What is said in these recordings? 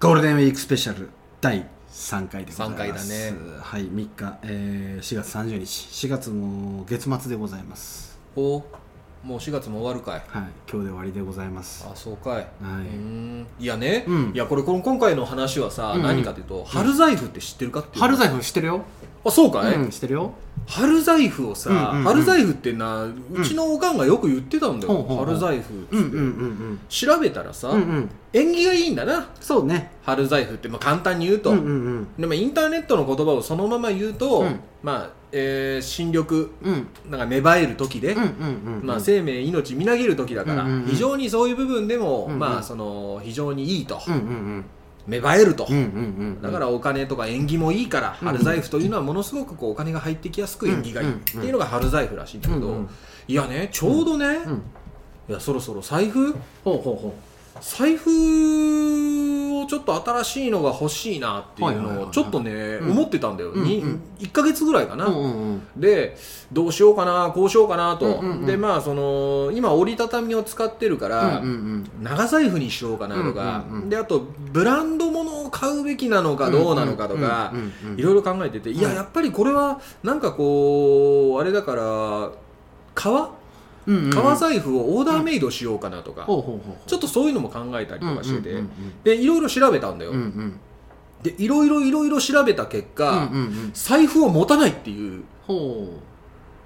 ゴールデンウィークスペシャル第3回でございます3回だねはい3日、えー、4月30日4月も月末でございますおもう4月も終わるかいはい今日で終わりでございますあそうかい、いうーんいやね、うんいやこれこの今回の話はさ、うんうん何かというと春財布って知ってるかっていう春財布知ってるよ、あそうかい、うん知ってるよ春財布をさ、うんうんうん春財布ってなうちのおかんがよく言ってたんだよ、ほうほうほう春財布っつって、うんうんうん調べたらさ、うんうんうん縁起がいいんだなそうね春財布って、まあ、簡単に言うと、うんうんうんでもインターネットの言葉をそのまま言うと、うんまあ、えー新緑うんなんか芽生える時で、うんうんうんまあ、生命命みなぎる時だから、うんうんうん非常にそういう部分でも、うんうんまあ、その非常にいいと、うんうんうん芽生えると、うんうんうんだからお金とか縁起もいいから、うん春財布というのはものすごくこうお金が入ってきやすく縁起がいいっていうのが春財布らしいんだけど、うんうんいやねちょうどね、うんうんいやそろそろ財布ほうほうほ財布をちょっと新しいのが欲しいなっていうはいはいはいのはをいちょっとね、ん思ってたんだよ、うんにうん1か月ぐらいかな、ううんうんうんでどうしようかなこうしようかなと、うんうんうんでまあその今折りたたみを使ってるから、うんうん長財布にしようかなとか、うんうんうんであとブランド物を買うべきなのかどうなのかとか、うんうんうんいろいろ考えてて、いややっぱりこれはなんかこうあれだから革うんうんうん革財布をオーダーメイドしようかなとか、ほうほうほうほうちょっとそういうのも考えたりとかしてて、うんうんでいろいろ調べたんだよ、うんうんうんでいろいろいろいろ調べた結う果、んうんうん財布を持たないっていうほ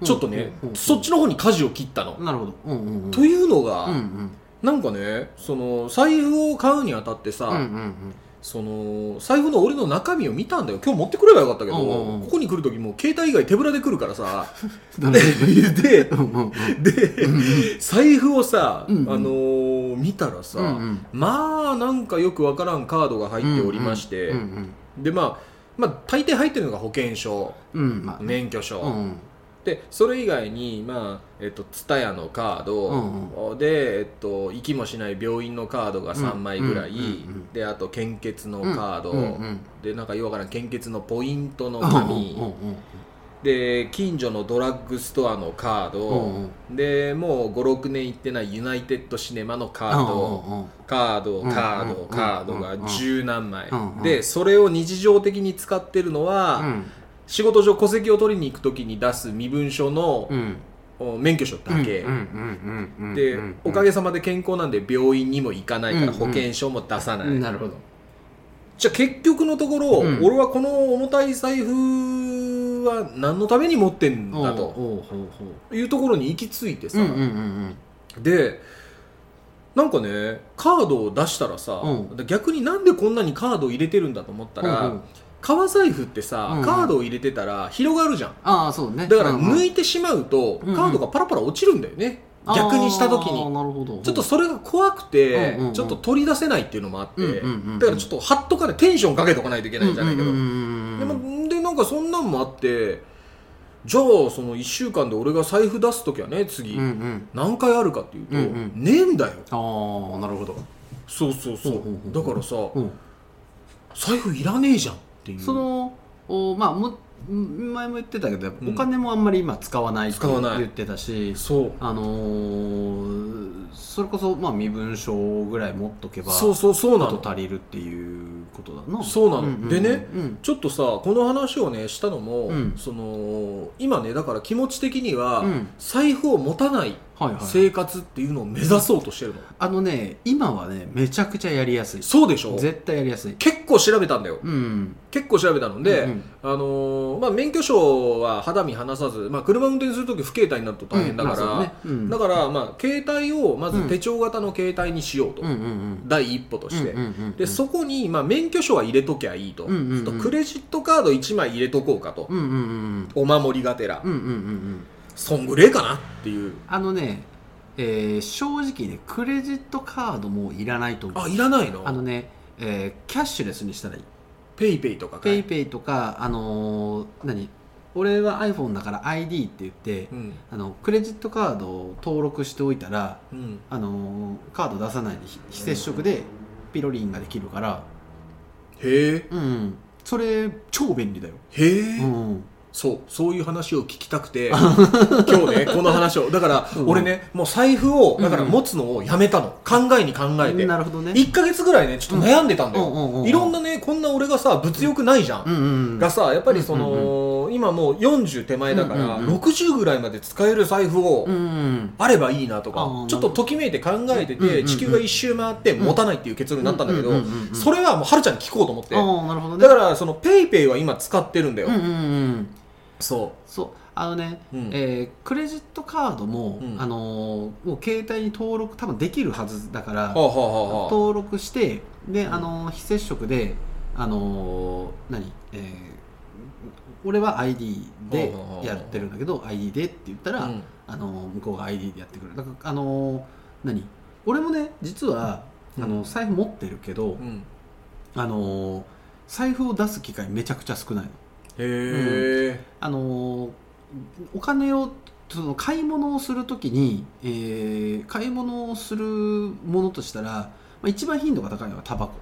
うちょっとね、ほうほうほうそっちの方に舵を切ったの、なるほどうんうんうんというのが、うんうんなんかねその財布を買うにあたってさ、うんうんその財布の俺の中身を見たんだよ今日持ってくればよかったけど、うんうんうんここに来る時もう携帯以外手ぶらで来るか らさうんででうんうんうんで財布をさ、うんうんあのー見たらさ、うんうんまあなんかよくわからんカードが入っておりまして、うんうんでまあまあ、大抵入ってるのが保険証、うんまあ免許証、うんうんでそれ以外に、まあえっと、蔦屋のカード、うんで、えっと、行きもしない病院のカードが3枚ぐらい、うんうんうんうんであと献血のカード、うんうんでなんかよくわからん献血のポイントのうん紙、うんうんで近所のドラッグストアのカード、うんでもう56年行ってないユナイテッドシネマのカード、カードうんカードうんカードがうん十何枚うんでそれを日常的に使ってるのは、うん仕事上戸籍を取りに行く時に出す身分証のう、んお免許証だけ、うんうんうんうんで、うんうんおかげさまで健康なんで病院にも行かないうかんうらん保険証も出さない、うんなるほどじゃあ結局のところ、うん俺はこの重たい財布は何のために持ってんだとほうほうほういうところに行き着いてさ、うんうんうんでなんかねカードを出したらさ、う逆になんでこんなにカードを入れてるんだと思ったら、うんうん革財布ってさ、うんうんカードを入れてたら広がるじゃんああそうねだからうんうん抜いてしまうと、うんうんカードがパラパラ落ちるんだよね、逆にした時ああになるほどちょっとそれが怖くて、うんうんうんちょっと取り出せないっていうのもあって、うんうんうんだからちょっとハッとかねテンションかけとかないといけないじゃないけど、うんうんうんうんでもでなんかそんなんもあってじゃあその1週間で俺が財布出す時はね次、うんうん何回あるかっていうと、うんうんねえんだよああなるほどそうそうそう、ほうほうほうだからさ、うん財布いらねえじゃんっていうそのおまあもん前も言ってたけどやっぱうんお金もあんまり今使わないって使わない言ってたし、そうあのーそれこそまあ身分証ぐらい持っとけばそうそうそうなちょっのと足りるっていうことだなそうなのんんでねうんちょっとさこの話をねしたのも、うんその今ねだから気持ち的には、うん財布を持たないはいはい生活っていうのを目指そうとしてるの、あのね今はねめちゃくちゃやりやすいそうでしょ絶対やりやすい結構調べたんだようん結構調べたので、うんうんあのーまあ、免許証は肌身離さず、まあ、車運転するとき不携帯になると大変だから、うんまあそうねうんだから、まあ、携帯をまず手帳型の携帯にしようと、うんうんうん第一歩として、うんうんうんうんでそこに、まあ、免許証は入れときゃいいと,、うんうんうんあとクレジットカード1枚入れとこうかと、うんうんうんお守りがてら、うんうんうんうんそんぐれえかなっていうあのね、えー正直ねクレジットカードもいらないと思うあいらないのあのね、えーキャッシュレスにしたらいい。ペイペイとかかペイいペイとか、あのー何俺は iPhone だから ID って言って、うんあのクレジットカードを登録しておいたら、うんあのーカード出さないで非非接触でピロリンができるから、へえうん、それ超便利だよ。へえ、うん、そうそういう話を聞きた くて今日ねこの話をだから、うん俺ねもう財布をだからうん持つのをやめたの考えに考えて、なるほどね1か月ぐらいねちょっと悩んでたんだよ、うんうんうんうんいろんなねこんな俺がさ物欲ないじゃん、うんうんがさやっぱりその、うん今もう40手前だから、うんうんうん60ぐらいまで使える財布を、うんうんあればいいなとあかーちょっとときめいて考えてうんうんうてん地球が一周回って持たないっていう結論になったんだけうんうどんうんうんうんそれはもうはるちゃんに聞こうと思ってああなるほどねだからそのペイペイは今使ってるんだようんうんうんそそうあのね、うんえークレジットカードも、うんあのーもう携帯に登録多分できるはずだかうらはあはあはあは登録してで、うんあのー非接触であのー何、えー俺は ID でほうほうほうほうやってるんだけど ID でって言ったら、あうんあのー向こうが ID でやってくれるだからあのー何俺もね実は、うんあの財布持ってるけど、うんあのー財布を出す機会めちゃくちゃ少ないの。へえあのーお金をその買い物をするときに、えー買い物をするものとしたら、まあ、一番頻度が高いのはタバコ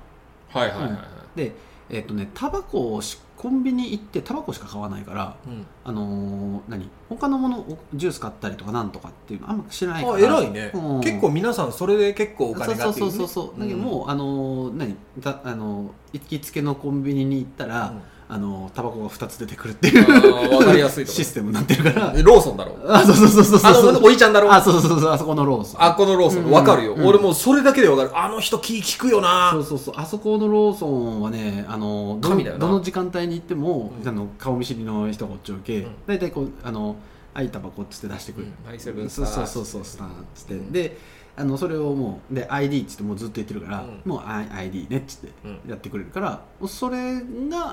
はいはいはいはいでえっ、とねタバコをしコンビニ行ってタバコしか買わないからうんあのー何他のものをジュース買ったりとかなんとかっていうのあんま知らないからあ偉いねうん結構皆さんそれで結構おそ金うそうがってそいううねそうそうだけどんもうあのー何だあのー行きつけのコンビニに行ったら、うんあのータバコが2つ出てくるっていうあーわかりやすいと こシステムになってるからローソンだろあ、そうそうそうそうそう。あのおいちゃんだろあ、そうそうそうそう、あそこのローソン。あっこのローソうンんわかるようん俺もうそれだけでわかるあの人気利くよそなうそうそう、あそこのローソンはね、あの、ど神だよなどの時間帯に行っても、うんあの顔見知りの人がこっちを受け、うん大体こう、あの、あいたばこっつって出してくる。うんはいセブンスそタうーそうそうそう、スターつって。うんで、あの、それをもう、で、ID っつってもうずっと言ってるから、うんもうあ ID ねっつってうんやってくれるから、もうそれが、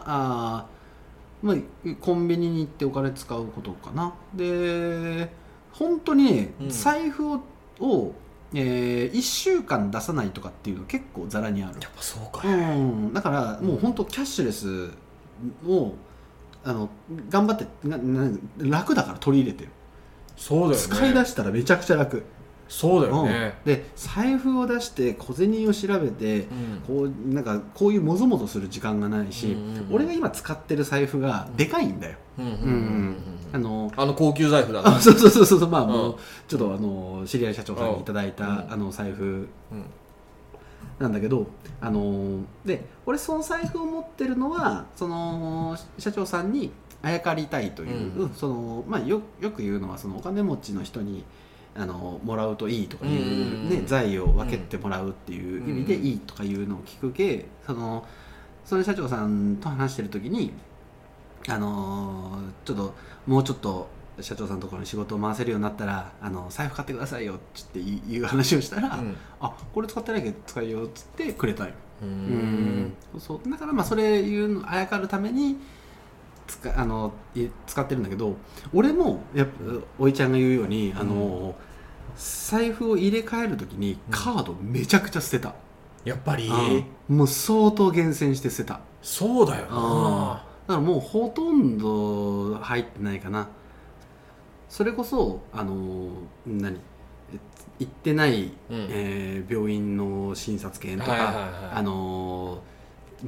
あーまあ、コンビニに行ってお金使うことかな。で、本当にね、うん財布を、をえ1週間出さないとかっていうの結構ざらにあるやっぱそうかうん、だからもう本当キャッシュレスをあの頑張ってなな楽だから取り入れてる、そうだよね使い出したらめちゃくちゃ楽、そうだうよんね、で財布を出して小銭を調べてうんこうなんかこういうもぞもぞする時間がないし、うんうんうん俺が今使ってる財布がでかいんだよ、うんうんうんうあんのあの高級財布だあなそうそうそうそうまあ、うんもうちょっとあの知り合い社長さんにいただいた、うんあの財布うんなんだけど、あのーで俺その財布を持ってるのはその社長さんにあやかりたいという、うんうんそのまあ、よよく言うのはそのお金持ちの人に、あのもらうといいとかいう、ねうんうんうん財を分けてもらうっていう意味でうんうんいいとかいうのを聞くけそのその社長さんと話してる時に、あのーちょっともうちょっと社長さんのところに仕事を回せるようになったら、あの財布買ってくださいよって言っていう話をしたら。うんあこれ使ってないけど使いようっつってくれたんよううんそうだからまあそれ言うのあやかるために使あのい使ってるんだけど俺もやっぱおいちゃんが言うようにあの、財布を入れ替える時にカードめちゃくちゃ捨てた、やっぱりうんもう相当厳選して捨てたそうだよあなだからもうほとんど入ってないかなそれこそあの何え行ってない、うんえー病院の診察券とか、はいはいはいあのー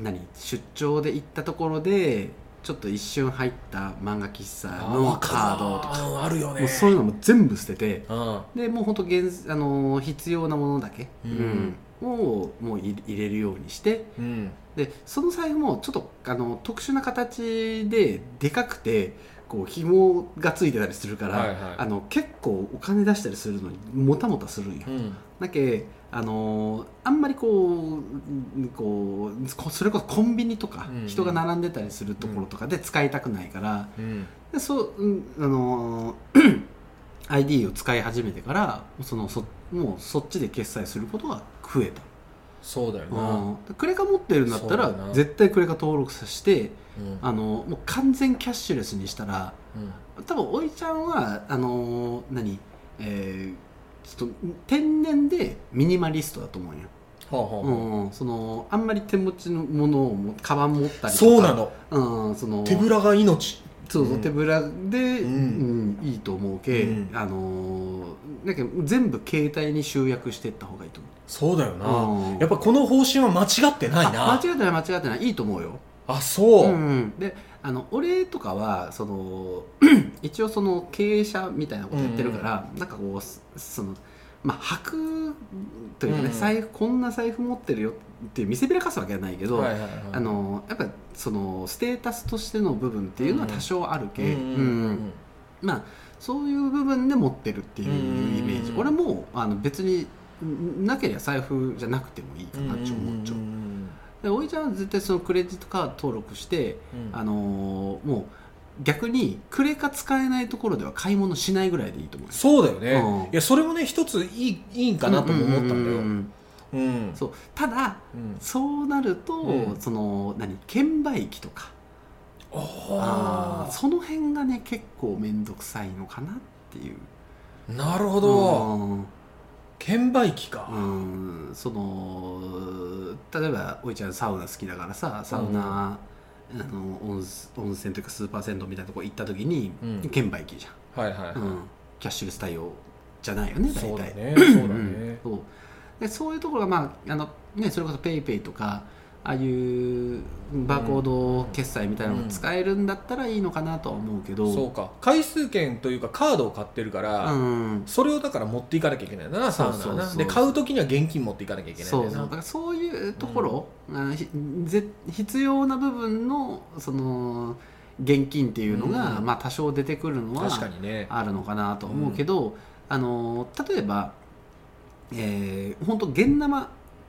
何出張で行ったところでちょっと一瞬入った漫画喫茶のわかるなカードとかうんあるよねもうそういうのも全部捨ててうんでもう本当現あのー必要なものだけ、うんうんをもう入れ入れるようにしてうんでその財布もちょっとあの特殊な形ででかくてこう紐がついてたりするから、はいはいあの結構お金出したりするのにもたもたするんよ、うんだけあのーあんまりこううんこうこそれこそコンビニとかうん人が並んでたりするところとかで使いたくないから、うんでそう、うんあの ー ID を使い始めてからそのそもうそっちで決済することが増えた。そうだよなうん、クレカ持ってるんだったそうだらな絶対クレカ登録させてうんあのもう完全キャッシュレスにしたらうん多分おいちゃんはあのー何えーちょっと天然でミニマリストだと思うよ、はあはうんそのあんまり手持ちのものをもカバン持ったありとかそうな、のうん、その手ぶらが命そうそう、うん手ぶらで、ううんんいいと思うけ、うんあのーなんか全部携帯に集約していった方がいいと思うそうだよなうんやっぱこの方針は間違ってないあな間違ってない間違ってないいいと思うよあそう、うん、であの俺とかはその 一応その経営者みたいなことやってるから、なんかこうすそのまあ履くというかね、うん財布こんな財布持ってるよっていう見せびらかすわけじゃないけど、はいはいはい、あのやっぱそのステータスとしての部分っていうのは多少あるうけ、んうんうんまあそういう部分で持ってるっていうイメージ、うん俺もあの別になければ財布じゃなくてもいいかうんなって思っちゃう。んでおいちゃんは絶対そのクレジットカード登録してうんうんあのーもう逆にクレカ使えないところでは買い物しないぐらいでいいと思います。そうだよね、うんいやそれもね一ついいいいんかなとも思ったんだようううんうんそうただそうなると、うんその何券売機とかあその辺がね結構面倒くさいのかなっていう。あなるほどうん券売機か、うんその例えばおいちゃんサウナ好きだからさサウナ、あの温温泉というかスーパー銭湯みたいなとこ行った時に、うん券売機じゃん。はいはいはい、うん、キャッシュレス対応じゃないよね大体そうだねそうだね、うんそうでそういうところが、まああのね、それこそ PayPay ペイペイとかああいうバーコード決済みたいなのが使えるんだったらいいのかなとは思うけど、そうか回数券というかカードを買ってるから、うんそれをだから持っていかなきゃいけないんだなサウナはなそうそうそうで買う時には現金持っていかなきゃいけないんそだうよそうだなからそういうところ、あのひぜ必要な部分のその現金っていうのが、うんまあ、多少出てくるのは確かにねあるのかなと思うけど、あの例えば、えー、本当現生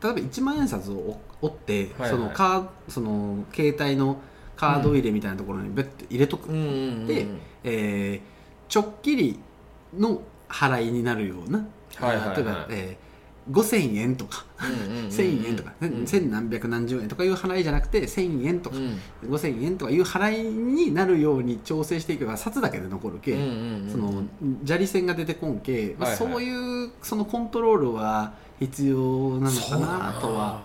例えば1万円札を折って、はいはいそのカーその携帯のカード入れみたいなところにベッて入れとく、うんうんうんでえーちょっきりの払いになるような、はいはいはい例えば、えー、5000円とか1000円とか、うん千何百何十円とかいう払いじゃなくて1000円とかうんうん5000円とかいう払いになるように調整していけば札だけで残るけ、うんうんうんその砂利線が出てこんけ、まあはいはいそういうそのコントロールは必要なのかなとは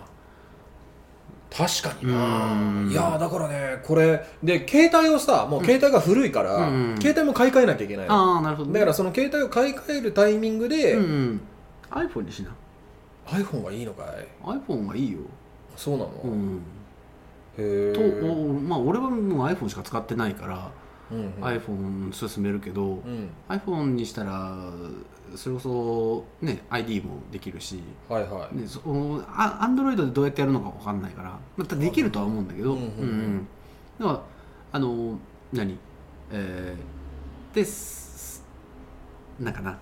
確かになうんいやーだからねこれで携帯をさもう携帯が古いから、うん携帯も買い替えなきゃいけないの、ああなるほど、だからその携帯を買い替えるタイミングで、うん iPhone にしな iPhone がいいのかい iPhone はいいよ、そうなの、うへん、えとおまあ俺はもう iPhone しか使ってないから、うんうん iPhone 勧めるけど、うん、 iPhone にしたらそれこそね ID もできるしはいはい、ね、そのアンドロイドでどうやってやるのか分かんないから、またできるとは思うんだけど、うんうんうんうんだからあの何えー、ですなんかな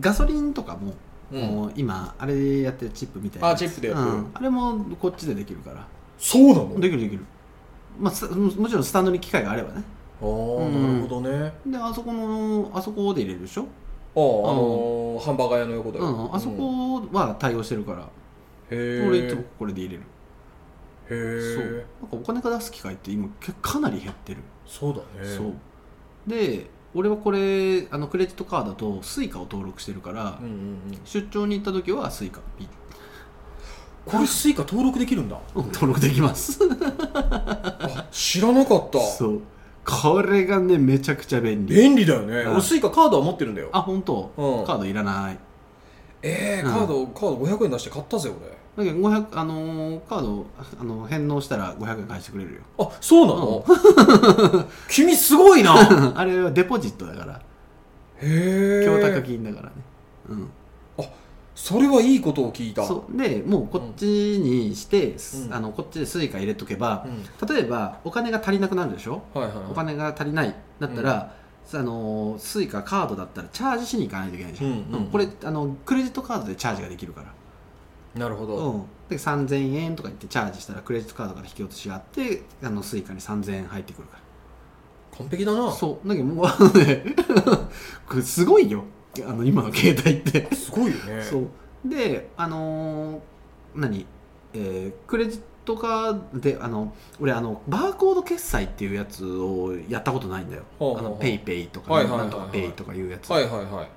ガソリンとかも、うんもう今あれやってるチップみたいなやつあチップでやってるうんあれもこっちでできるからそうなのできるできる、まあ、スもちろんスタンドに機械があればねああ、うんなるほどねであそこのあそこで入れるでしょ、ああ、あのーハンバーガー屋の横だうよ、ん、あそうんこは対応してるから、へえ俺いつもこれで入れるへそうえなんかお金が出す機会って今けかなり減ってる、そうだねそうで俺はこれあのクレジットカードと Suica を登録してるから、うんうんうん、出張に行った時は Suica ピッこれスイカ登録できるんだうん登録できますあ知らなかっ たそうこれがねめちゃくちゃ便利便利だよね、うん俺スイカカードは持ってるんだよあ本当、うんカードいらないええうんカード、カード500円出して買ったぜ俺だけど500あのーカードあの返納したら500円返してくれるよあそうなの、君すごいなへ あれはデポジットだからえ供託金だからね、うんそれはいいことを聞いたそうでもうこっちにして、すうんあのこっちでスイカ入れとけばう、ん、例えばお金が足りなくなるでしょ、はいはいはいお金が足りないだったら、あのスイカカードだったらチャージしに行かないといけないじゃん、うんうんうんこれあのクレジットカードでチャージができるから、なるほど、うん、で3000円とか言ってチャージしたらクレジットカードから引き落としがあってあのスイカに3000円入ってくるから完璧だなそうだけどもうあのね これすごいよあの今の携帯ってすごいよねそうであのー何、えークレジットカードであの俺あのバーコード決済っていうやつをやったことないんだよ、ほうほうあほうのペイペイとか、はいはいはいはいなんとかペイとかいうやつ、はいはいはい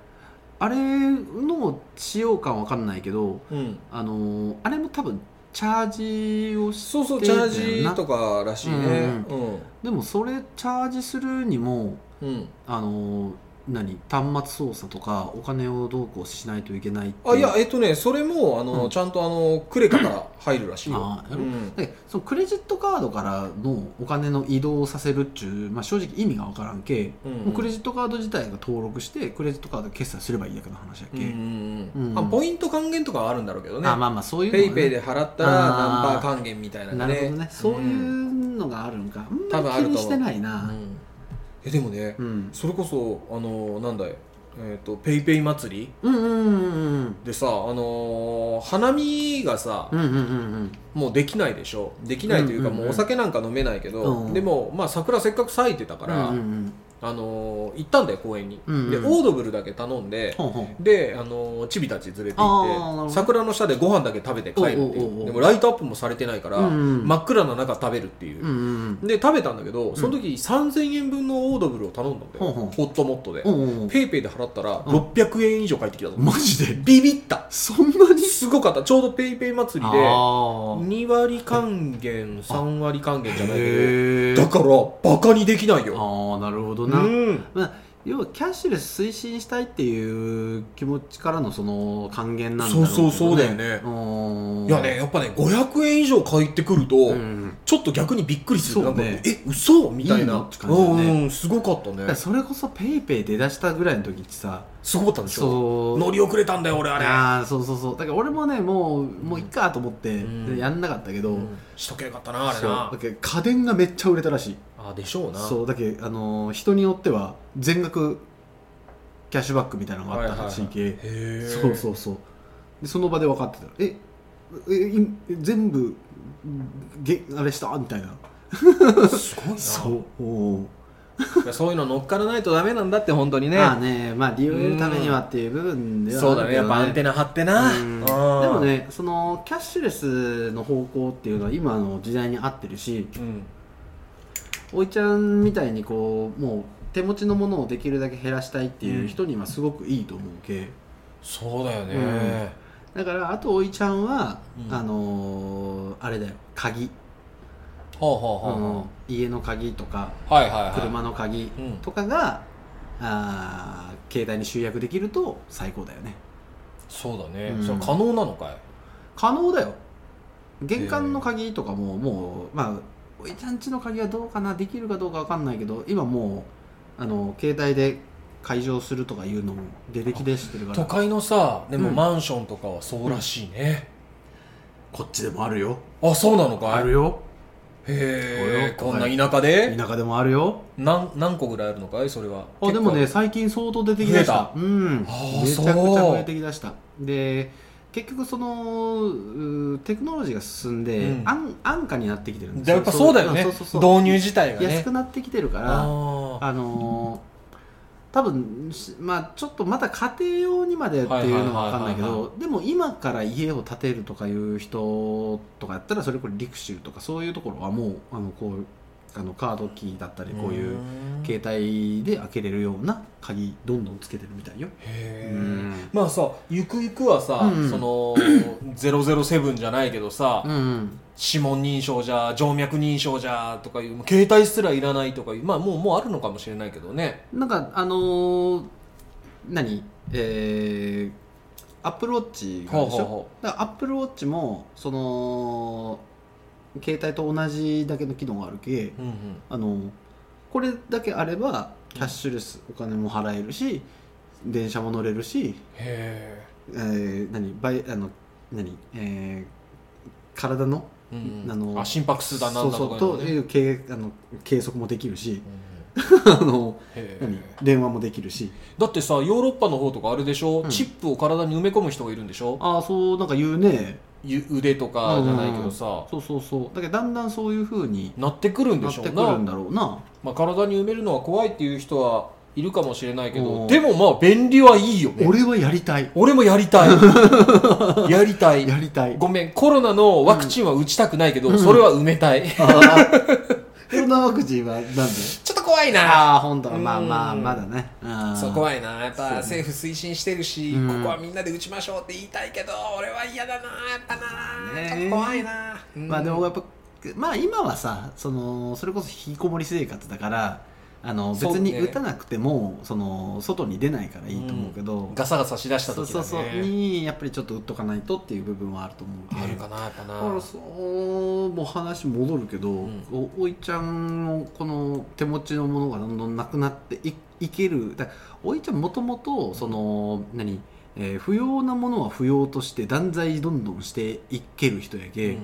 あれの使用感わかんないけどうんあのーあれも多分チャージをしそうそうでチャージとからしいねでもそれチャージするにもうん、うんあのー何端末操作とかお金をどうこうしないといけないってあういやえっとねそれもあの、うんちゃんとあのクレカが入るらしいよあ、ーうやろん、でそのクレジットカードからのお金の移動をさせるっちゅう、まあ、正直意味が分からんけ、うんうんもうクレジットカード自体が登録してクレジットカードで決済すればいいだけの話やうけ、んうんうんうんあポイント還元とかはあるんだろうけどねあまあまあそういうのペがイペイで払ったらナンあーバー還元みたいなねなるほどねそういんうのがあるのか、あ多ん分まありる気にと思うしてないうなんえでもね、うん、それこそあのなんだいえっ、とペイペイ祭りうん、うんうんうんでさあのー花見がさ、うんうんうんうんもうできないでしょできないというか、うんうんうんもうお酒なんか飲めないけど、うんでもまあ桜せっかく咲いてたから、うんうんうんあのー行ったんだよ公園に、うんうんでオードブルだけ頼んで、ほんほんで、あのーチビたち連れてあーなる行ほっどて桜の下でご飯だけ食べて帰るっていおうおうおうおううでもライトアップもされてないから、うんうん真っ暗な中食べるっていううん、うんで食べたんだけどその時3000円分のオードブルを頼んだんだよ、ほうほうホットモットで、うんうんうんペイペイで払ったら600円以上返ってきたぞ、マジでビビったそんなにすごかったちょうどペイペイ祭りであー2割還元3割還元じゃないけへーどだからバカにできないよ、ああなるほどうな、ん、まあ、要はキャッシュレス推進したいっていう気持ちからのその還元なんだろそうけど、うそうそうだよねうんいやねやっぱね500円以上返ってくると、うんちょっと逆にびっくりすそるなうんかねえ嘘みたいいいなのって感じだよねうんうんすごかっただからねそれこそペイペイ出だしたぐらいの時ってさすごかったんでしそょう乗り遅れたんだよ俺ああーそうそうそうだから俺もねもうもういっかと思って、うんでやんなかったけど、れ、うんしとけよかったなあれそうなだけど家電がめっちゃ売れたらしいあでしょうなそうだけどあのー人によっては全額キャッシュバックみたいなのがあったらしいけ、はいはいはいへえそうそうそうでその場で分かってたええい全部げあれしたみたいなすごいなそうおいやそういうの乗っからないとダメなんだって本当にねまあねまあ理由を得るためにはっていう部分ではそうだねやっぱアンテナナ張ってなうんでもねそのキャッシュレスの方向っていうのは今の時代に合ってるしうんおいちゃんみたいにこうもう手持ちのものをできるだけ減らしたいっていう人にはすごくいいと思うけ、そうだよね、うんだからあとおいちゃんは、うんあのーあれだよ鍵ほうほうほうあのほ家の鍵とかうはいはいはい車の鍵うんとかが、あー携帯に集約できると最高だよねそうだね、うんそれ可能なのかい可能だよ玄関の鍵とかももうまあおいちゃんちの鍵はどうかなできるかどうかわかんないけど今もうあの携帯で解錠するとかいうのも出てきでしてるか都ら会のさでもうんマンションとかはそうらしいね、こっちでもあるよあそうなのかいあるよへえここれんな田舎で田舎でもあるよ何何個ぐらいあるのかいそれはあでもね最近相当出てきだし増たうんあーめちゃくちゃそう増えてきだしたで結局そのうーテクノロジーが進んで、うん安安価になってきてるん結で構すでやっぱそうだよねそうそうそう導入自体がね安くなってきてるからああーのー多分しまあちょっとまだ家庭用にまでっていうのは分かんないけはいはいはいはどいでも今から家を建てるとかいう人とかやったらそれこれリクシルとかそういうところはもうあのこうあのカードキーだったりこういう。ん携帯で開けれるような鍵どんどんつけてるみたいよ、へうえんまあさゆくゆくはさ、うんそ の007じゃないけどさ、うん、指紋認証じゃ静脈認証じゃとかいうもう携帯すらいらないとかいうまあもうもうあるのかもしれないけどねなんかあのー何えー、アップルウォッチがあるでしほうほうょほだからアップルウォッチもその携帯と同じだけの機能があるけうんうんあのーこれだけあればキャッシュレスお金も払えるし電車も乗れるし、へええー、何バイあの何、えー、体のうんうんあのあ心拍数だなんだそとうそうかいうのとねいう計あの計測もできる しうんうんあのへ何え電話もできるしだってさヨーロッパの方とかあれでしょ、うんチップを体に埋め込む人がいるんでしょああそうなんか言うねゆ腕とかじゃないけどさ、そうそうそうだけどだんだんそういうふうになってくるんなでっしょてうくるなんだろうなまあ、体に埋めるのは怖いっていう人はいるかもしれないけうどんでもまあ便利はいいよね俺はやりたい俺もやり たいやりたいやりたいごめんコロナのワクチンは打ちたくないけど、うんそれは埋め たいあーコロナワクチンはなんでちょっと怖い なああ本当はまあうんまあまだねあーそう怖いなやっぱ政府推進してるし、うんここはみんなで打ちましょうって言いたいけど俺は嫌だなやっぱな、ねちょっと怖いな、うんまあでもやっぱまあ今はさそのそれこそ引きこもり生活だからあの別そうねに打たなくてもその外に出ないからいいと思うけど、ガサガサしだしたそう時そだうねそうにやっぱりちょっと打っとかないとっていう部分はあると思うけどあるかなやっぱなだからそうもう話戻るけど、んおおいちゃんのこの手持ちのものがどんどんなくなっていいけるだおいちゃんもともとその何、えー不要なものは不要として断罪どんどんしていける人やうけ、ん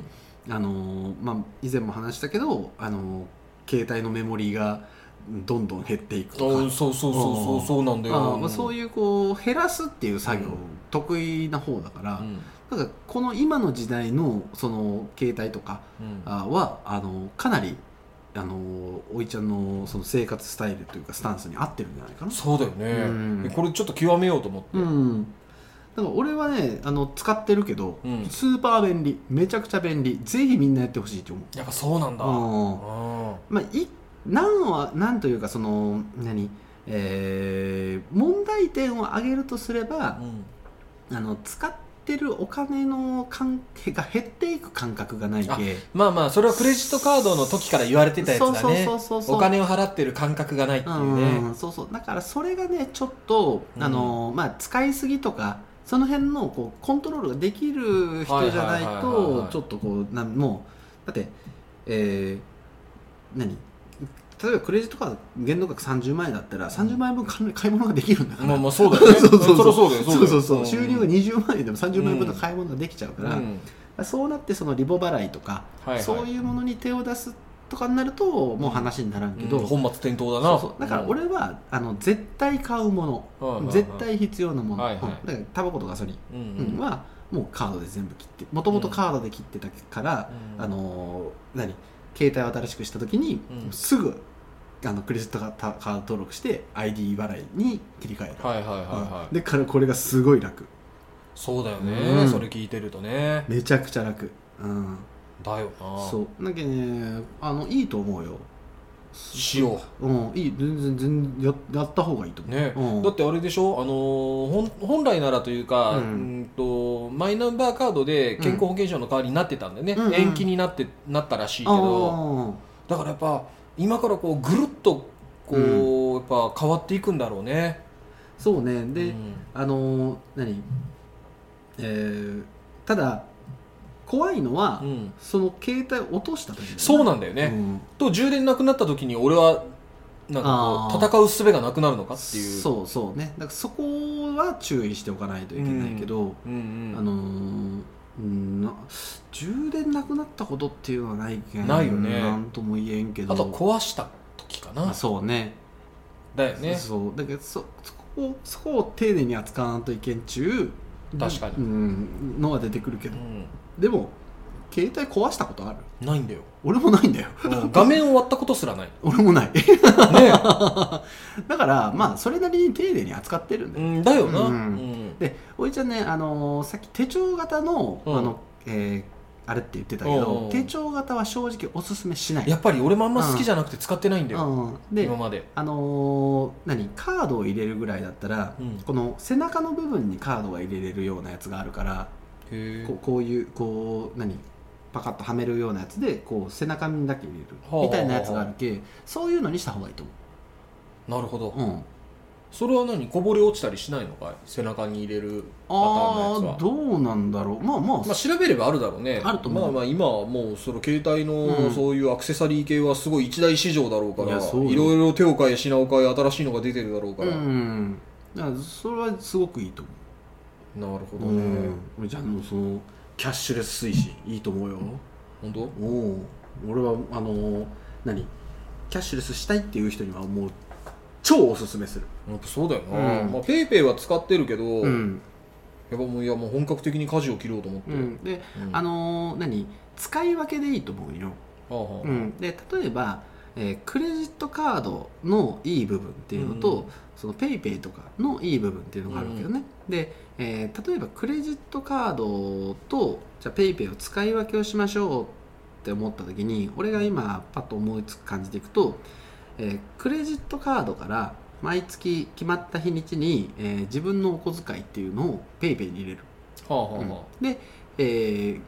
あのーまあ、以前も話したけど、あのー携帯のメモリーがどんどん減っていくとか、うんそうそうそうそうそうなんだよあーまあ、そういいうこう減らすっていう作業、うん得意な方だから。うんなんかこの今の時代のその携帯とかうんあはあのかなりあのおいちゃんのその生活スタイルというかスタンスに合ってるんじゃないかな。そうだようんねこれちょっと極めようと思ってうん。だから俺はねあの使ってるけど、うんスーパー便利めちゃくちゃ便利ぜひみんなやってほしいと思う。やっぱそうなんだうんうまあ、いなんはなんというかその何えー問題点を挙げるとすれば、んあの使ってるお金の関係が減っていく感覚がないあけまあまあそれはクレジットカードの時から言われてたやつだねそうそうそうそうそうお金を払ってる感覚がないっていううんうねんそうそうだからそれがねちょっと、うんあのまあ使いすぎとかその辺のこうコントロールができる人じゃないはいはいはいはいとはいちょっとこうなんもうだってえー何例えばクレジットカード限度額30万円だったら30万円分買い買い物ができるんだから、まあまあそうだよ ねそうそうそうりゃそうだよそうそうそう、ん収入が20万円でも30万円分の買い物ができちゃうから、うんそうなってそのリボ払いとか、はいはいそういうものに手を出すとかになるともう話にならんけど、うん本末転倒だそなうそうだから俺は、あの絶対買うもはいはいはのい絶対必要なもの、はいはいうんだからタバコとガソリンうんうんうんはもうカードで全部切ってもともとカードで切ってたから、うんあのー何携帯を新しくした時に、うんすぐあのクレジットカード登録して ID 払いに切り替える、はいはいはいはうんでいからこれがすごい楽そうだようねんそれ聞いてるとねめちゃくちゃ楽、うん、だよなそうなんかねあのいいと思うよしよううん、いい全然全然ややった方がいいと思う、ねうんだってあれでしょ、あのーほん本来ならといううか、うんん、とマイナンバーカードで健康保険証の代わりになってたんでね、うんうん延期になってなったらしいけあどーだからやっぱ今からこうぐるっとこう、やっぱ変わっていくんだろうね。そうねで、うんあのー何えーただ怖いのは、うんその携帯を落とした時だよねそうなんだよね、うんと充電なくなった時に俺はなんかあこーう戦う術がなくなるのかっていうそうそうねだからそこは注意しておかないといけないけど、う、んうん、あのーうんな充電なくなったことっていうのはないけどないよねなんとも言えんけどあと壊した時かあなそうねだよねそうだけどそそこをそこを丁寧に扱わないといけんちゅう確かにうん、のは出てくるけうど、ん、でも携帯壊したことあるないんだよ、俺もないんだようん画面を割ったことすら ない俺もないねだからまあそれなりに丁寧に扱ってるんだうよ、んだよな、ううんんでおいちゃんね、あのーさっき手帳型の,、うんあのえーあれって言ってたけうんうんどうん手帳型は正直おすすめしないやっぱり俺もあんま好きじゃなくて使ってないんだよ、うん、で今まで、あのー何カードを入れるぐらいだったら、うんこの背中の部分にカードが入れれるようなやつがあるからへこうこういうこう何パカッとはめるようなやつでこう背中にだけ入れるはあみたいなやつがあるけそういうのにした方がいいとなるほど、思う、うん、それは何こぼれ落ちたりしないのかい背中に入れるパターンのやあつあはどうなんだろうまあまあ、まあ、調べればあるだろうねあると思うまあまあ今はもうその携帯うのんそういうアクセサリー系はすごい一大市場だろうかいら、やそうよいろいろ手を変え品を変え新しいのが出てるだろうから、うなるんだからそれはすごくいいと思ほうどね、うんじゃあもうそのキャッシュレス推進いいと思うよ本当おお俺はあのー何キャッシュレスしたいっていう人にはもう超おすすめするやっぱそうだよな、うんまあ、ペイペイは使ってるけど、うん、やっぱもういやもう本格的に舵を切ろうと思って、うん、で、うんあのー何使い分けでいいと思うよ、はあはあうん、で例えば、えークレジットカードのいい部分っていうのと、うんそのペイペイとかのいい部分っていうのがあるわけどね、で、えー例えばクレジットカードとじゃあペイペイを使い分けをしましょうって思った時に俺が今パッと思いつく感じでいくと、えークレジットカードから毎月決まった日にちに、えー自分のお小遣いっていうのをペイペイに入れる。はあはあはあ、で、えー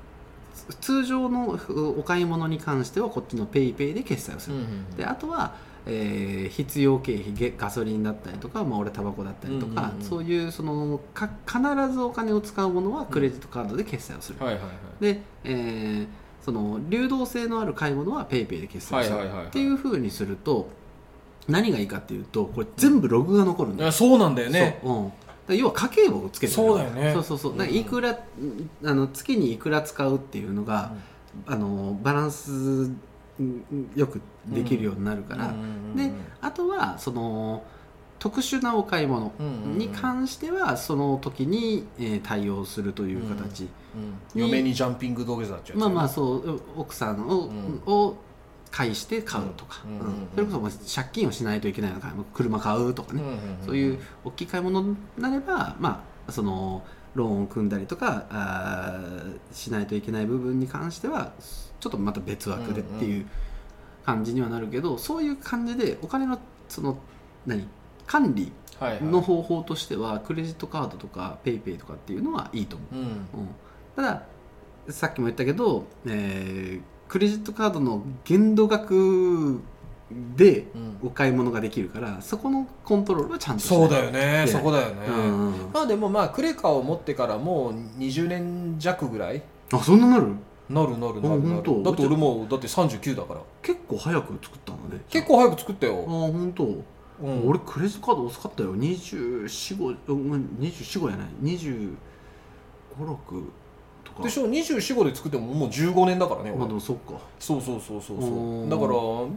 つ通常のふお買い物に関してはこっちの PayPay で決済をすうんる、うんうんであとは、えー必要経費げガソリンだったりとか、まあ、俺タバコだったりとか、うんうんうんそういうそのか必ずお金を使うものはクレジットカードで決済をする、はいはいで、えーその流動性のある買い物は PayPay ペイペイで決は済いすはいるはいはいっていうふうにすると何がいいかっていうとこれ全部ログが残るんいだよ、やそうなんだよねそう、うん、だから要は家計簿をつけてるそうだよねそうそうそううんだからいくら、あの月にいくら使うっていうのが、あのバランスうんよくできるようになるから、であとはその特殊なお買い物に関してはその時に、えー対応するという形、うん嫁にジャンピング土下座っちゃうまあまああそうう奥さんを,、うんを介して買うとか、ううんんうんそれこそもう借金をしないといけないのか車買うとかね、そういう大きい買い物になればまあそのローンを組んだりとかあーしないといけない部分に関してはちょっとまた別枠でっていう感じにはなるけど、そういう感じでお金のその何管理の方法としてはクレジットカードとか PayPay ペイペイとかっていうのはいいと思う。うんうん、たださっきも言ったけど、えークレジットカードの限度額でうんお買い物ができるからそこのコントロールはちゃんとしないそうだよねねそこだようねんうんまあでもまあクレカを持ってからもう20年弱ぐらいあそんななるなるなるなあるな本当るだって俺もうだって39だから結構早く作ったんだね結構早く作ったあよ本当、うん俺クレジットカード遅かったよ2425やない2 5 6とかでしょ245で作ってももう15年だからね俺まあでもそっかそうそうそうそううそんうだから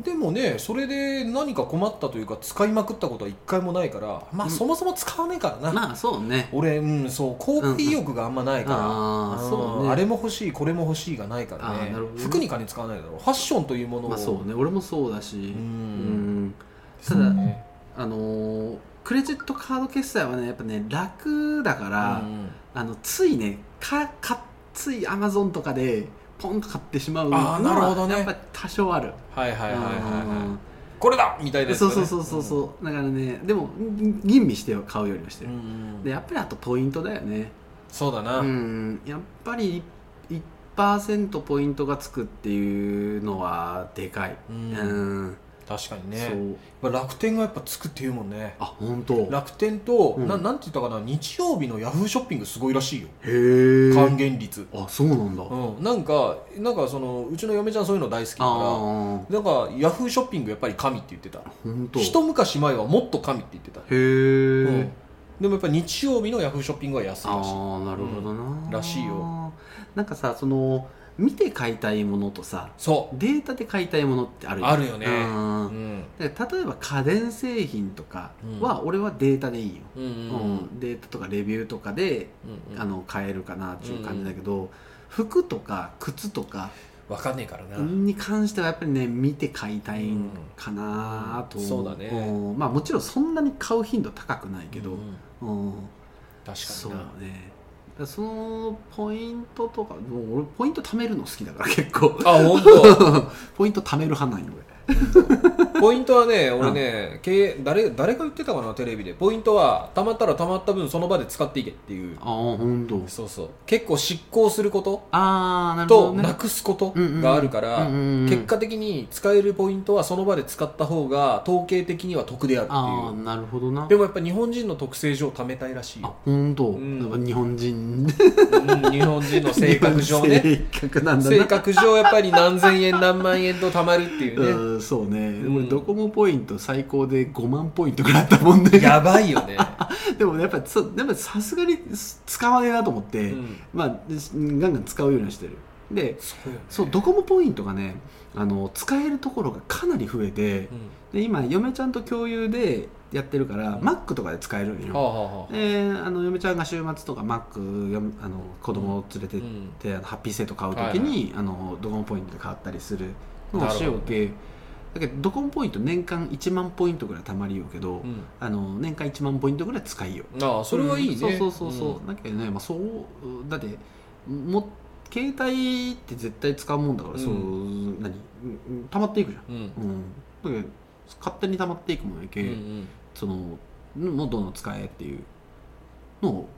でもねそれで何か困ったというか使いまくったことは一回もないからまうんあそもそも使わねえからな、まあそうね俺うんそう購買意欲があんまないから、ああうんそうねあれも欲しいこれも欲しいがないからあーねなるほどね服に金使わないだろうファッションというものを、まあそうね俺もそうだしううんんそたうだねあのークレジットカード決済はねやっぱね楽だから、うんあのついねかかついアマゾンとかでポンと買ってしまうのあーなるほどはねやっぱ多少ある。はいはいはいはいはい、うんこれだみたいなやつそだうねそうそうそうそうだからねでもん吟味して買うよりはしてうんる、うんでやっぱりあとポイントだよねそうだな、うんやっぱり1%ポイントがつくっていうのはでかいうんうん、確かにそうねまあ楽天がやっぱつくっていうもんねあ本当へ楽天と、うんななんて言ったかな日曜日のヤフーショッピングすごいらしいよえ還元率、あそうなんだ、うん、なんかなんかそのうちの嫁ちゃんそういうの大好きだかああらなんかヤフーショッピングやっぱり神って言ってた本当一昔前はもっと神って言ってた、へうえ、ん、でもやっぱ日曜日のヤフーショッピングは安いらしいああなるほどな、んらしいよなんかさその見て買いたいものとさそデータで買いたいものってあるうよあるよねうんうんで例えば家電製品とかは、俺はデータでいいよ、うんうんううんんデータとかレビューとかで、うんあの買えるかなっていう感じだけど、服とか靴とか分かんねえからな、に関してはやっぱりね見て買いたいんかなと思うんそうだねんまあもちろんそんなに買う頻度高くないけど、うんうんうん、確かそうにねなだからそのポイントとかもう俺ポイント貯めるの好きだから結構 あ本当。ポイント貯める派なんよポイントはね俺ね、経営誰誰が言ってたかなテレビでポイントはたまったらたまった分その場で使っていけっていう俺ああ本当そうそう結構執行することああなるほとどねなくすことがあるからうんうんうん結果的に使えるポイントはその場で使った方が統計的には得であるああっていうなるほどなでもやっぱ日本人の特性上貯めたいらしいあよ、本当、うんやっぱ日本人うん日本人の性格上ね 性格なんだ性な格上やっぱり何千円何万円と貯まるっていううんそうね、ん俺ドコモポイント最高で5万ポイントぐらいあったもんねねやばいよね、 でもやっぱそやっぱさすがに使わねえなと思って、うん、まあガンガン使うようにはしてるでそうよねそうドコモポイントがねあの使えるところがかなり増えてうんで今嫁ちゃんと共有でやってるから、Mac とかで使えるんはあよ、はあはあであの嫁ちゃんが週末とか Mac よあの子供を連れてうって、んあのハッピーセット買う時に、あのドコモポイントで買ったりするのをしようけ、だけどドコモポイント年間1万ポイントぐらいたまりようけど、うんあの年間1万ポイントぐらい使いよああそれはいいね、うんそうそうそうそう、んだけどね、まあ、そうだっても携帯って絶対使うもんだから、うんそう何うんうん溜まっていくじゃうんん、うん、だけど勝手に溜まっていくもんやけ、うんうんそのもうどんどん使えっていうのを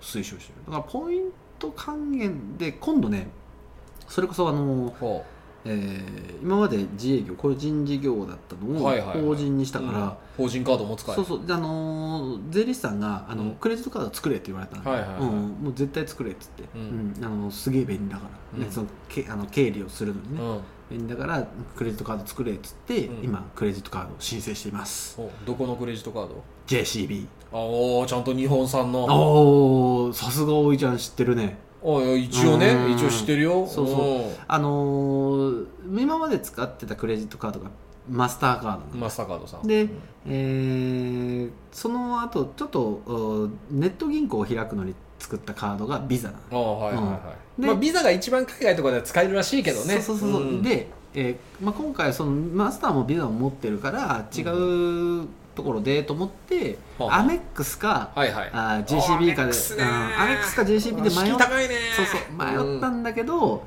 推奨してるだからポイント還元で今度ねそれこそあのほえー今まで自営業個人事業だったのはいはいはいを法人にしたから、うん法人カードも使えそうるそうであのー税理士さんがあの、うんクレジットカード作れって言われたんで、はいはいはいうん、もう絶対作れっつって、うんうんあのすげえ便利だから、うんね、そのけあの経理をするのにね、うん便利だからクレジットカード作れっつって、うん今クレジットカードを申請していますおどこのクレジットカード JCB あおーちゃんと日本産のおおさすがおいちゃん知ってるねおいや一応ねうん一応知ってるよそうそうあのー今まで使ってたクレジットカードがマスターカードなのうんマスターカードさんでうんえーその後ちょっとおネット銀行を開くのに作ったカードがビザなのああはいはいはい、うんでまあ、ビザが一番海外とかでは使えるらしいけどねそうそうそう、んで、えーまあ、今回そのマスターもビザも持ってるから違うところでと思って、はあアメックスか、はいはいあー JCB かアメでックスねうんアメックスか JCB で迷っ敷居高いねそうそう迷ったうんんだけど、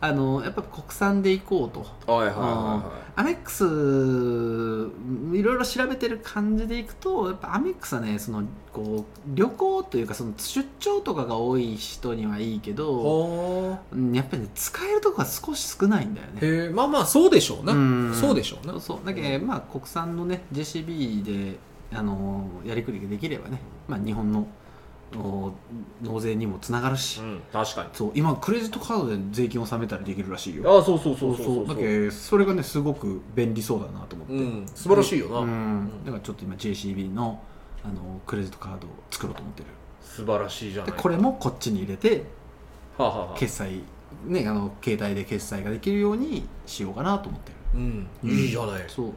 あのやっぱ国産で行こうと。はいはいはいはアメックスいろいろ調べてる感じでいくとやっぱアメックスはねそのこう旅行というかその出張とかが多い人にはいいけいどほうんやっぱりね使えるとこが少し少ないんだよーね。へえまあまあそうでしょうなうんそうでしょうなそうそうだけど、まあ、国産のね JCB で、あのーやりくりができればね、まあ、日本のお納税にもつながるし、うん確かにそう今クレジットカードで税金を納めたりできるらしいよ。ああそうそうそそううそうそうだけどそれがねすごく便利そうだなと思って、うん素晴らしいよな、うんだからちょっと今 JCB のあのクレジットカードを作ろうと思ってる素晴らしいじゃなでいこれもこっちに入れてはあはあはあ決済ねあの携帯で決済ができるようにしようかなと思ってるうんうんいいじゃないそう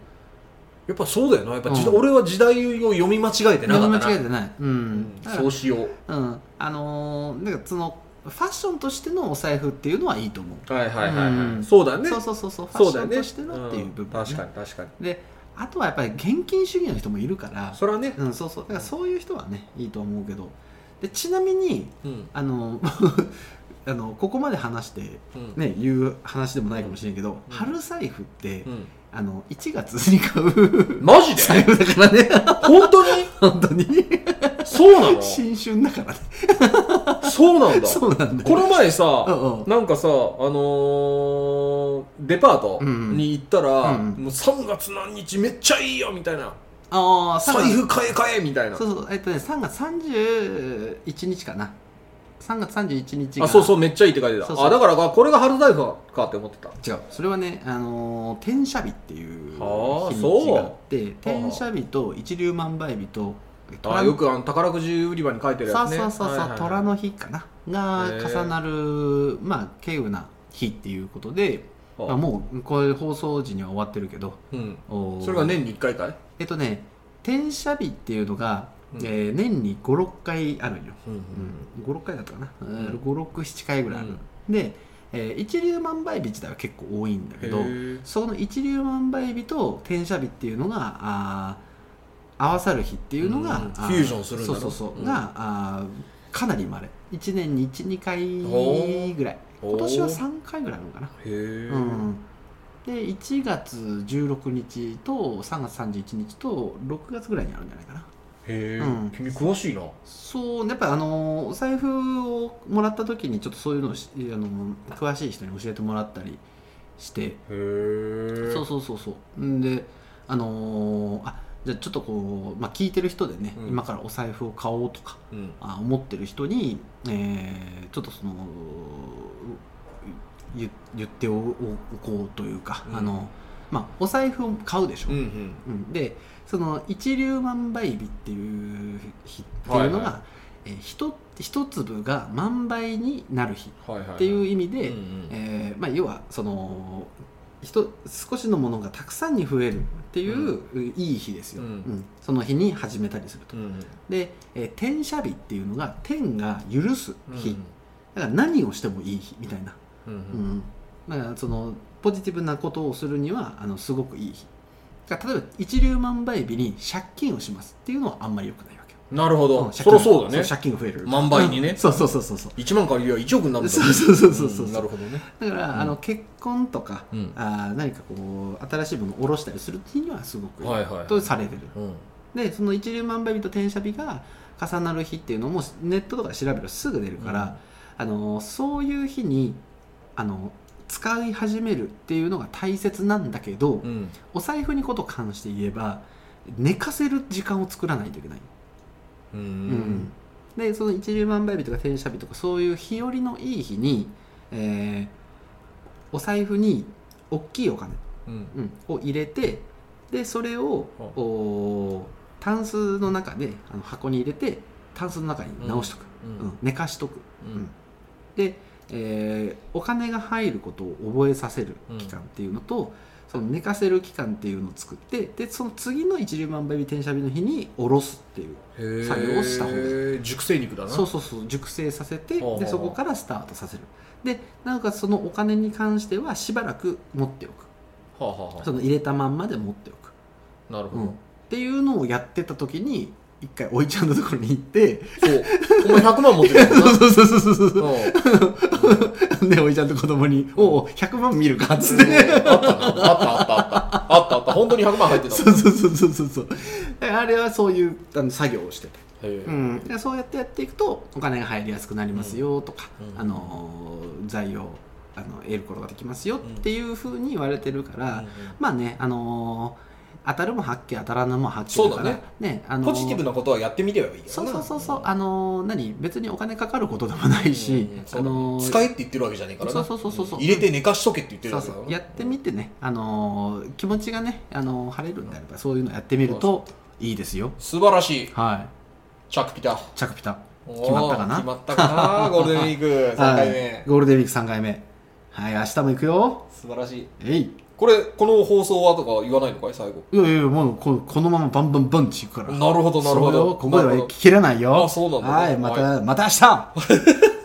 やっぱそうだよなやっぱ時代、うん俺は時代を読み間違えてなかったな間違えてないうん、うんだからそうしよううんあのーなんかそのファッションとしてのお財布っていうのはいいと思うはいはいはい、うはいんそうだねそうそうそうそうファそッうショだよンねとしてのっていう部分ね、ん確かに確かにであとはやっぱり現金主義の人もいるからそれはね、うん、そうそうだからそういう人はねいいと思うけどでちなみにうんあの あのここまで話して、うんね、言う話でもないかもしれんけど、うん春財布って、うんあの1月に買う マジで財布だからね本当に本当にそう なの新春だからねそうなんだそうなんだこの前うさんうんなんかさあのーデパートに行ったら、うんうんもう3月何日めっちゃいいよみたいなああ財布買え買えみたいなそうそうえっとね3月31日かな3月31日があそうそうめっちゃいいって書いてたそうそうあだからかこれが春財布かって思ってた違うそれはね、あのー転写日っていう日はあにちがあって転写日と一粒万倍日とあよくあの宝くじ売り場に書いてるそやうつねそうそうそう、はいはいはい虎の日かなが重なるまあ稀有な日っていうことで、まあ、もうこれ放送時には終わってるけどうんおーそれが年に1回かいえっとね転写日っていうのが、うんえー年に56回あるんよ、うんうん、56回だったかな、ん567回ぐらいある、で、えー一粒万倍日自体は結構多いんだけどへえその一粒万倍日と転写日っていうのがあー合わさる日っていうのが、うんあフュージョンするんだそうろそうそう、うんがあーかなりまれ1年に12ほ回うぐらいほう今年は3回ぐらいあるのかな、へえうん、で1月16日と3月31日と6月ぐらいにあるんじゃないかなへえうん君詳しいなそうやっぱあのお財布をもらった時にちょっとそういうのをしあの詳しい人に教えてもらったりしてへえそうそうそうそうんであのーあじゃあちょっとこう、まあ、聞いてる人でね、うん今からお財布を買おうとかうんあ思ってる人に、えーちょっとその言言っておおこうというか、うんあのまあ、お財布を買うでしょ、うんうんうんでその一粒万倍日っていう日っていうのが、はいはえー、ひと一粒が万倍になる日はいはいはっていう意味で、うんうんえーまあ、要はそのひと少しのものがたくさんに増えるっていう、いい日ですよ、うんうんその日に始めたりすると、うんで、えー転写日っていうのが天が許すうん日、だから何をしてもいい日みたいな、うんううんんだからそのポジティブなことをするにはあのすごくいい日だから例えば一粒万倍日に借金をしますっていうのはあんまり良くないわけよ、なるほうどんそりゃそうだねそう借金が増える万倍にねうんそうそうそうそうそう1万借りりゃ1億になるんだそうそうそうそうそううんなるほどねだから、うんあの結婚とか、うんあー何かこう新しいものを下ろしたりする日にはすごくいいはいはいはいとされてる、うんでその一粒万倍日と転写日が重なる日っていうのもネットとかで調べるとすぐ出るから、あのそういう日にあの使い始めるっていうのが大切なんだけど、うんお財布にこと関して言えば寝かせる時間を作らないといけない、うんうんでその一粒万倍日とか転写日とかそういう日和のいい日に、えーお財布に大きいお金、うんうんを入れてでそれをはおータンスの中であの箱に入れてタンスの中に直しとく、うんうん寝かしとく、うんで、えーお金が入ることを覚えさせる期間っていうのと、その寝かせる期間っていうのを作ってでその次の一粒万倍日転写日の日に下ろすっていうへえ作業をした方がい熟成肉だなそうそうそう熟成させてほうほうほでうそこからスタートさせるでなんかそのお金に関してはしばらく持っておくはあはあはその入れたまんまで持っておく、あなるうほん、っどていうのをやってた時に一回おいちゃんのところに行ってそうお前100万持ってるもんなそうそうそうそうそううんでおいちゃんと子供に「おうおう100万見るか」っつって、あったなあったあったあったあったあった本当に100万入ってたそうそうそうそうそうそうであれはそういうあの作業をしてて、へえうん、でそうやってやっていくとお金が入りやすくなりますよとか、うんあのー財をあの得ることができますよっていうふうに言われてるから、まあねあのー当たるも発見当たらぬも発見だからそうねあのーポジティブなことはやってみればいいよなそうそうそうそうあのー何別にお金かかることでもなういんし、そうあだねのー使えって言ってるわけじゃねえからなそうそうそうそうそうん入れて寝かしとけって言ってるそうわけそだからうなやってみてね、あのー気持ちがね、あのー晴れるんであればそういうのやってみるといいですよ素晴らしいはいチャクピタチャクピタ決まったかなおー決まったか なゴールデンウィーク3回はい目ゴールデンウィーク3回目はい明日も行くよ素晴らしいえいこれこの放送はとか言わないのかい最後いやいやもうここのままバンバンバンっていくからなるほどなるほそうよどここではなる聞ほどきれないよあそうなんだはいまた、また明日